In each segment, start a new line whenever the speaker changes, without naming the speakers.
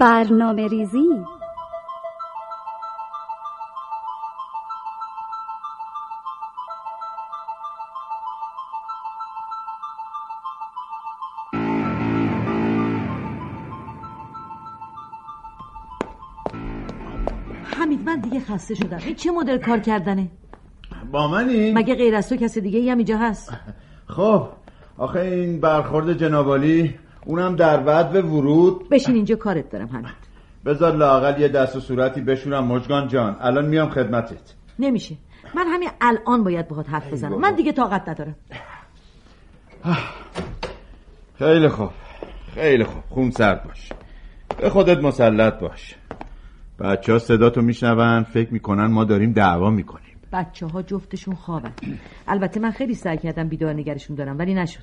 برنامه ریزی
حمید من دیگه خسته شدم این چه مدل کار کردنه
با منی؟
مگه غیر از تو کسی دیگه ای هم اینجا هست
خب آخه این برخورد جنابالی اونم در بعد به ورود
بشین اینجا کارت دارم همین
بذار لاقل یه دست و صورتی بشورم مجگان جان الان میام خدمتت
نمیشه من همین الان باید باهات حرف بزنم من دیگه طاقت ندارم
خیلی خوب خیلی خوب خون سرد باش به خودت مسلط باش بچه ها صداتو میشنون فکر میکنن ما داریم دعوا میکنیم
بچه ها جفتشون خوابن البته من خیلی سعی کردم بیدار نگرشون دارم ولی نشد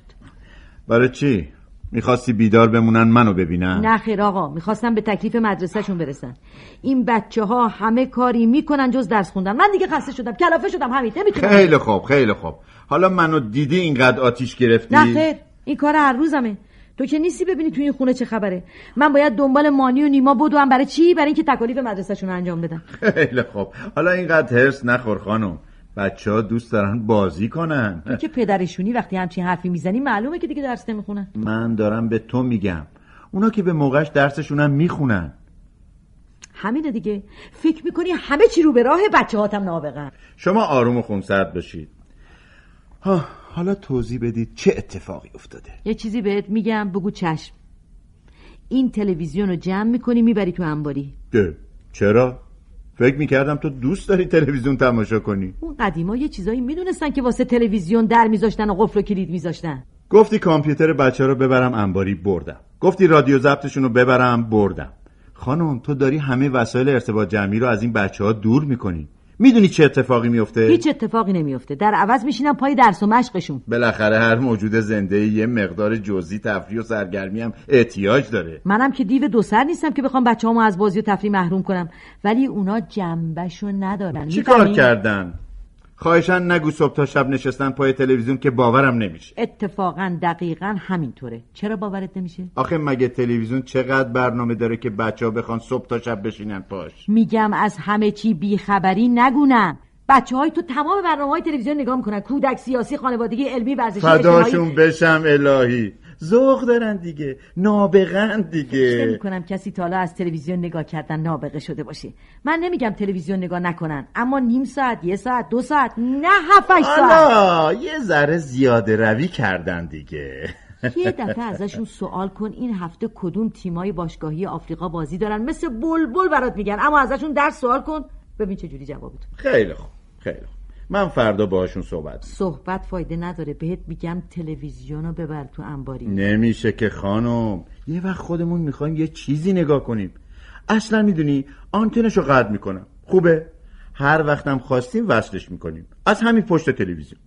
برای چی؟ میخواستی بیدار بمونن منو ببینن؟
نه خیر آقا میخواستم به تکلیف مدرسهشون برسن این بچه ها همه کاری میکنن جز درس خوندن من دیگه خسته شدم کلافه شدم همین نمیتونم
خیلی خوب خیلی خوب حالا منو دیدی اینقدر آتیش گرفتی؟
نه خیر این کار هر روزمه تو که نیستی ببینی توی این خونه چه خبره من باید دنبال مانی و نیما بدوم برای چی برای اینکه تکالیف مدرسهشون رو انجام بدم
خیلی خوب حالا اینقدر هرس نخور خانم بچه ها دوست دارن بازی کنن
تو که پدرشونی وقتی همچین حرفی میزنی معلومه که دیگه درس نمیخونن
من دارم به تو میگم اونا که به موقعش درسشونم میخونن
همینه دیگه فکر میکنی همه چی رو به راه بچه هاتم نابغن
شما آروم و خونسرد باشید ها حالا توضیح بدید چه اتفاقی افتاده
یه چیزی بهت میگم بگو چشم این تلویزیون رو جمع میکنی میبری تو انباری
ده. چرا؟ فکر میکردم تو دوست داری تلویزیون تماشا کنی
اون قدیما یه چیزایی میدونستن که واسه تلویزیون در میذاشتن و قفل و کلید میذاشتن
گفتی کامپیوتر بچه رو ببرم انباری بردم گفتی رادیو ضبطشون رو ببرم بردم خانم تو داری همه وسایل ارتباط جمعی رو از این بچه ها دور میکنی میدونی چه اتفاقی میفته
هیچ اتفاقی نمیفته در عوض میشینن پای درس و مشقشون
بالاخره هر موجود زنده یه مقدار جزئی تفریح و سرگرمی هم احتیاج داره
منم که دیو دو سر نیستم که بخوام بچه‌هامو از بازی و تفریح محروم کنم ولی اونا جنبشو ندارن
چی کار
می‌فهمی؟
کردن خواهشن نگو صبح تا شب نشستن پای تلویزیون که باورم نمیشه
اتفاقا دقیقا همینطوره چرا باورت نمیشه
آخه مگه تلویزیون چقدر برنامه داره که بچه ها بخوان صبح تا شب بشینن پاش
میگم از همه چی بیخبری نگونم بچه های تو تمام برنامه های تلویزیون نگاه میکنن کودک سیاسی خانوادگی علمی ورزشی
فداشون بشم الهی ذوق دارن دیگه نابغن دیگه
میکنم کسی تا حالا از تلویزیون نگاه کردن نابغه شده باشه من نمیگم تلویزیون نگاه نکنن اما نیم ساعت یه ساعت دو ساعت نه هفتش ساعت
حالا یه ذره زیاده روی کردن دیگه
یه دفعه ازشون سوال کن این هفته کدوم تیمای باشگاهی آفریقا بازی دارن مثل بلبل برات میگن اما ازشون در سوال کن ببین چه جوری جواب بده.
خیلی خوب خیلی خوب من فردا باهاشون صحبت
صحبت فایده نداره بهت میگم تلویزیون رو ببر تو انباری
نمیشه که خانم یه وقت خودمون میخوایم یه چیزی نگاه کنیم اصلا میدونی آنتنشو قطع میکنم خوبه هر وقتم خواستیم وصلش میکنیم از همین پشت تلویزیون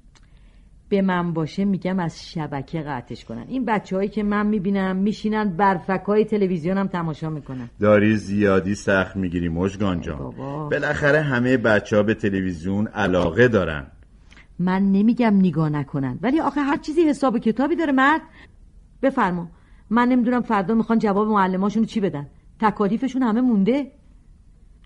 به من باشه میگم از شبکه قطعش کنن این بچههایی که من میبینم میشینن برفک های تلویزیونم تماشا میکنن
داری زیادی سخت میگیری مژگان
ای
جان
بابا.
بالاخره همه بچه ها به تلویزیون علاقه دارن
من نمیگم نگاه نکنن ولی آخه هر چیزی حساب و کتابی داره مرد بفرما من نمیدونم فردا میخوان جواب معلماشونو چی بدن تکالیفشون همه مونده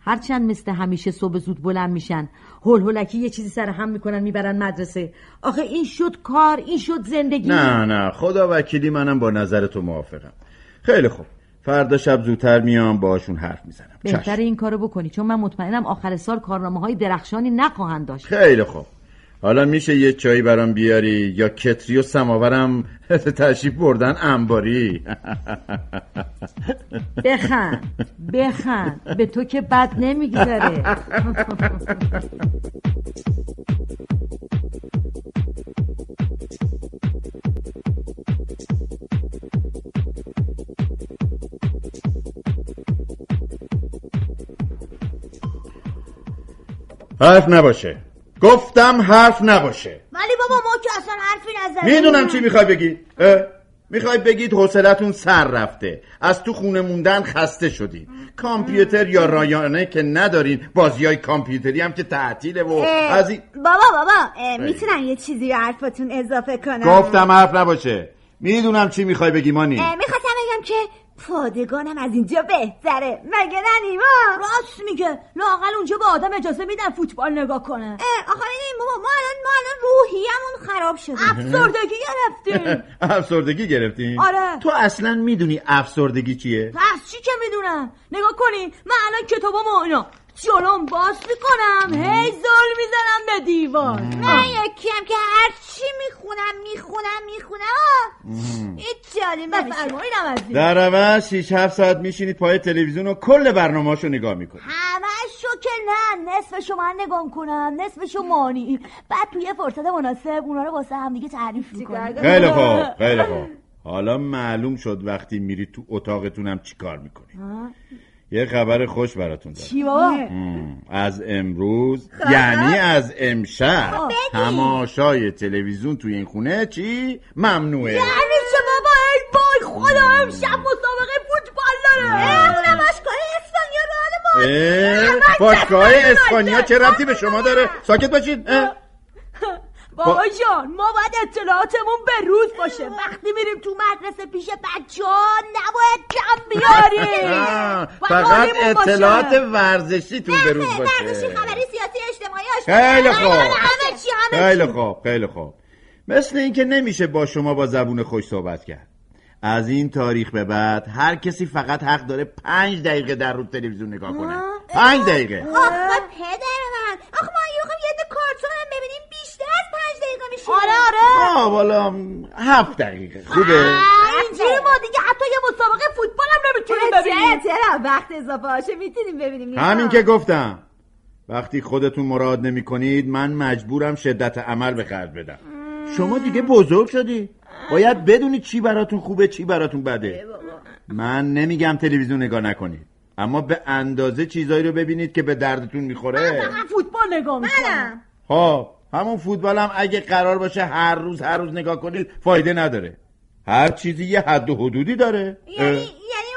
هرچند مثل همیشه صبح زود بلند میشن هول هولکی یه چیزی سر هم میکنن میبرن مدرسه آخه این شد کار این شد زندگی
نه نه خدا وکیلی منم با نظر تو موافقم خیلی خوب فردا شب زودتر میام باشون حرف میزنم
بهتر این کارو بکنی چون من مطمئنم آخر سال کارنامه های درخشانی نخواهند داشت
خیلی خوب حالا میشه یه چایی برام بیاری یا کتری و سماورم تشریف بردن انباری
بخند بخند به تو که بد نمیگذره
حرف نباشه گفتم حرف نباشه
ولی بابا ما که اصلا حرفی نزدیم
میدونم چی میخوای بگی میخوای بگید حوصلتون سر رفته از تو خونه موندن خسته شدید کامپیوتر یا رایانه که ندارین بازی های کامپیوتری هم که تعطیله و
اه،
خب، از این
بابا بابا اه، میتونم یه چیزی به حرفاتون اضافه کنم
گفتم حرف نباشه میدونم چی میخوای بگی مانی
اه، میخواستم بگم که پادگانم از اینجا بهتره مگه نه نیما
راست میگه لاقل اونجا به آدم اجازه میدن فوتبال نگاه کنه
اه، آخه ببین بابا ما الان ما الان روحیمون خراب شده
افسردگی گرفتیم
افسردگی گرفتیم
آره.
تو اصلا میدونی افسردگی چیه
پس چی که میدونم نگاه کنین من الان کتابامو اینا جلوم باز میکنم هی زل میزنم به دیوار
من یکیم که هرچی میخونم میخونم میخونم آه، هیچ جالی نمیشه
بفرمایینم از این
در عوض 6 7 ساعت میشینید پای تلویزیون و کل برنامه‌اشو نگاه میکنید
همشو که نه نصفشو من نگاه کنم نصفشو مانی بعد توی یه فرصت مناسب اونا رو واسه هم دیگه تعریف میکنم
خیلی خوب خیلی خوب حالا معلوم شد وقتی میرید تو اتاقتونم چیکار میکنید یه خبر خوش براتون دارم
چی بابا
مم. از امروز یعنی از امشب
خب،
تماشای تلویزیون توی این خونه چی ممنوعه
یعنی همیشه بابا ای بای خدا امشب مسابقه فوتبال داره
اونم باشگاه اسپانیا رئال ما
اه، باشگاه اسپانیا چه ربطی به شما داره ساکت باشید اه.
بابا جان ما باید اطلاعاتمون به روز باشه
وقتی میریم تو مدرسه پیش بچه ها نباید کم بیاریم
آه،
باید
فقط
حالیمون خب، باشه.
اطلاعات ورزشی تو به روز
ورزشی
باشه
خبری سیاسی اجتماعی
خیلی
آشپزی،
خوب.
همه چی همه
خیلی خوب خیلی خوب مثل اینکه نمیشه با شما با زبون خوش صحبت کرد از این تاریخ به بعد هر کسی فقط حق داره پنج دقیقه در رو تلویزیون نگاه کنه پنج دقیقه
آخ وای خب، پدر من آخ ما یه وقت یه دو کارتون هم ببینیم بیشتر از پنج دقیقه میشه
آره آره
آه والا هفت دقیقه خوبه
اینجوری ما دیگه حتی یه مسابقه فوتبال هم نمیتونیم
چرا
ببینیم
چرا وقت اضافه هاشه میتونیم ببینیم نیما.
همین که گفتم وقتی خودتون مراد نمی کنید من مجبورم شدت عمل به خرج بدم شما دیگه بزرگ شدی باید بدونی چی براتون خوبه چی براتون بده من نمیگم تلویزیون نگاه نکنید اما به اندازه چیزایی رو ببینید که به دردتون میخوره
من فوتبال نگاه میکنم
منم
ها همون فوتبال هم اگه قرار باشه هر روز هر روز نگاه کنید فایده نداره هر چیزی یه حد و حدودی داره
یعنی
اه.
یعنی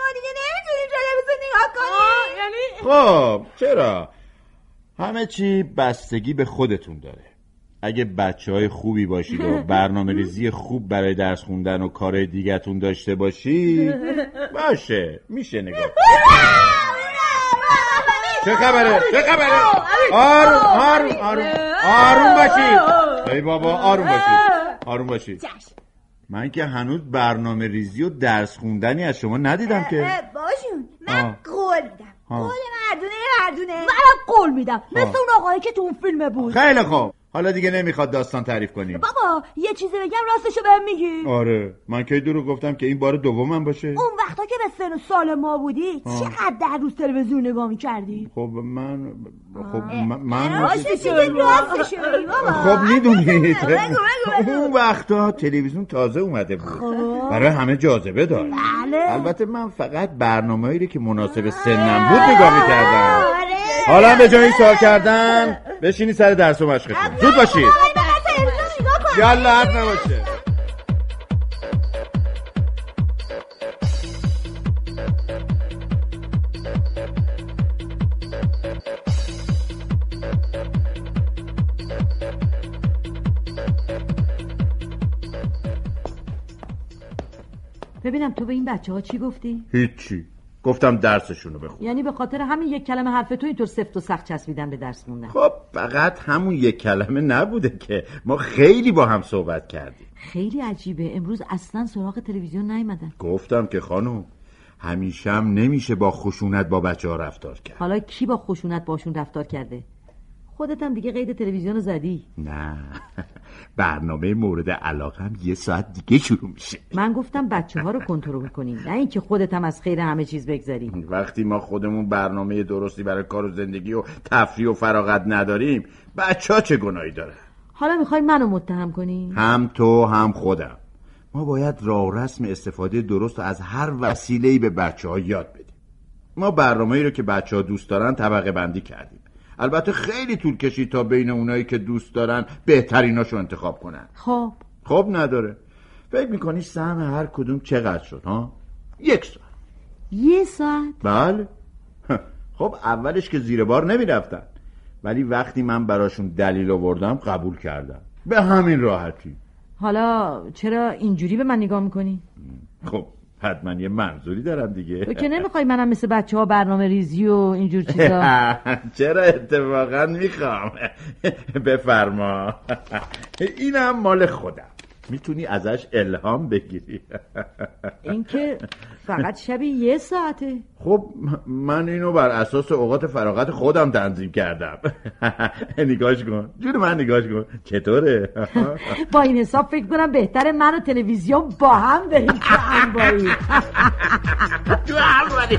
ما دیگه نمیتونیم تلویزیون نگاه کنیم
یعنی
خب چرا همه چی بستگی به خودتون داره اگه بچه های خوبی باشید و برنامه ریزی خوب برای درس خوندن و کار دیگتون داشته باشید باشه میشه نگاه کرد. چه خبره چه خبره آروم آروم آروم آروم باشید ای بابا آروم باشید آروم باشید من که هنوز برنامه ریزی و درس خوندنی از شما ندیدم که
اه، باشون
آه.
من قول میدم
آه.
قول مردونه مردونه
منم قول میدم مثل اون آقایی که تو اون فیلم بود
خیلی خوب حالا دیگه نمیخواد داستان تعریف کنیم
بابا یه چیزی بگم راستشو بهم میگی
آره من کی دروغ گفتم که این بار دومم باشه
اون وقتا که به سن و سال ما بودی چقدر در روز تلویزیون نگاه میکردی
خب من خب من, من...
راستش میگه، راستش میگه، بابا.
خب میدونید
بگو، بگو، بگو. خب.
اون وقتا تلویزیون تازه اومده بود برای همه جاذبه داشت
بله.
البته من فقط برنامه‌ای رو که مناسب سنم بود نگاه میکردم
آره
حالا به جای این سوال کردن بشینی سر درس و مشقتون زود باشید
فقط تلویزیون نگاه کن
یالا حرف نباشه
ببینم تو به این بچه ها چی گفتی
هیچی گفتم درسشونو بخون
یعنی به خاطر همین یک کلمه حرف تو اینطور سفت و سخت چسبیدن به درس موندن
خب فقط همون یک کلمه نبوده که ما خیلی با هم صحبت کردیم
خیلی عجیبه امروز اصلا سراغ تلویزیون نیومدن
گفتم که خانم همیشه هم نمیشه با خشونت با بچه ها رفتار کرد
حالا کی با خشونت باشون رفتار کرده خودت هم دیگه قید تلویزیون رو زدی
نه برنامه مورد علاقه هم یه ساعت دیگه شروع میشه
من گفتم بچه ها رو کنترل کنیم نه اینکه خودت هم از خیر همه چیز بگذری
وقتی ما خودمون برنامه درستی برای کار و زندگی و تفریح و فراغت نداریم بچه ها چه گناهی داره
حالا میخوای منو متهم کنی
هم تو هم خودم ما باید راه و رسم استفاده درست رو از هر وسیله به بچه ها یاد بدیم ما برنامه رو که بچه ها دوست دارن طبقه بندی کردیم البته خیلی طول کشید تا بین اونایی که دوست دارن بهتریناشو انتخاب کنن
خب
خب نداره فکر میکنی سهم هر کدوم چقدر شد ها یک سال
یه ساعت
بله خب اولش که زیر بار نمیرفتن ولی وقتی من براشون دلیل آوردم قبول کردم به همین راحتی
حالا چرا اینجوری به من نگاه میکنی
خب حتما یه منظوری دارم
تو
دیگه
که نمیخوای منم مثل بچه ها برنامه ریزی و اینجور چیزا
چرا اتفاقا میخوام بفرما اینم مال خودم میتونی ازش الهام بگیری
اینکه فقط شبی یه ساعته
خب من اینو بر اساس اوقات فراغت خودم تنظیم کردم نگاش کن جون من نگاش کن چطوره
با این حساب فکر کنم بهتره من و تلویزیون با هم بریم که انباری
تو هر ولی.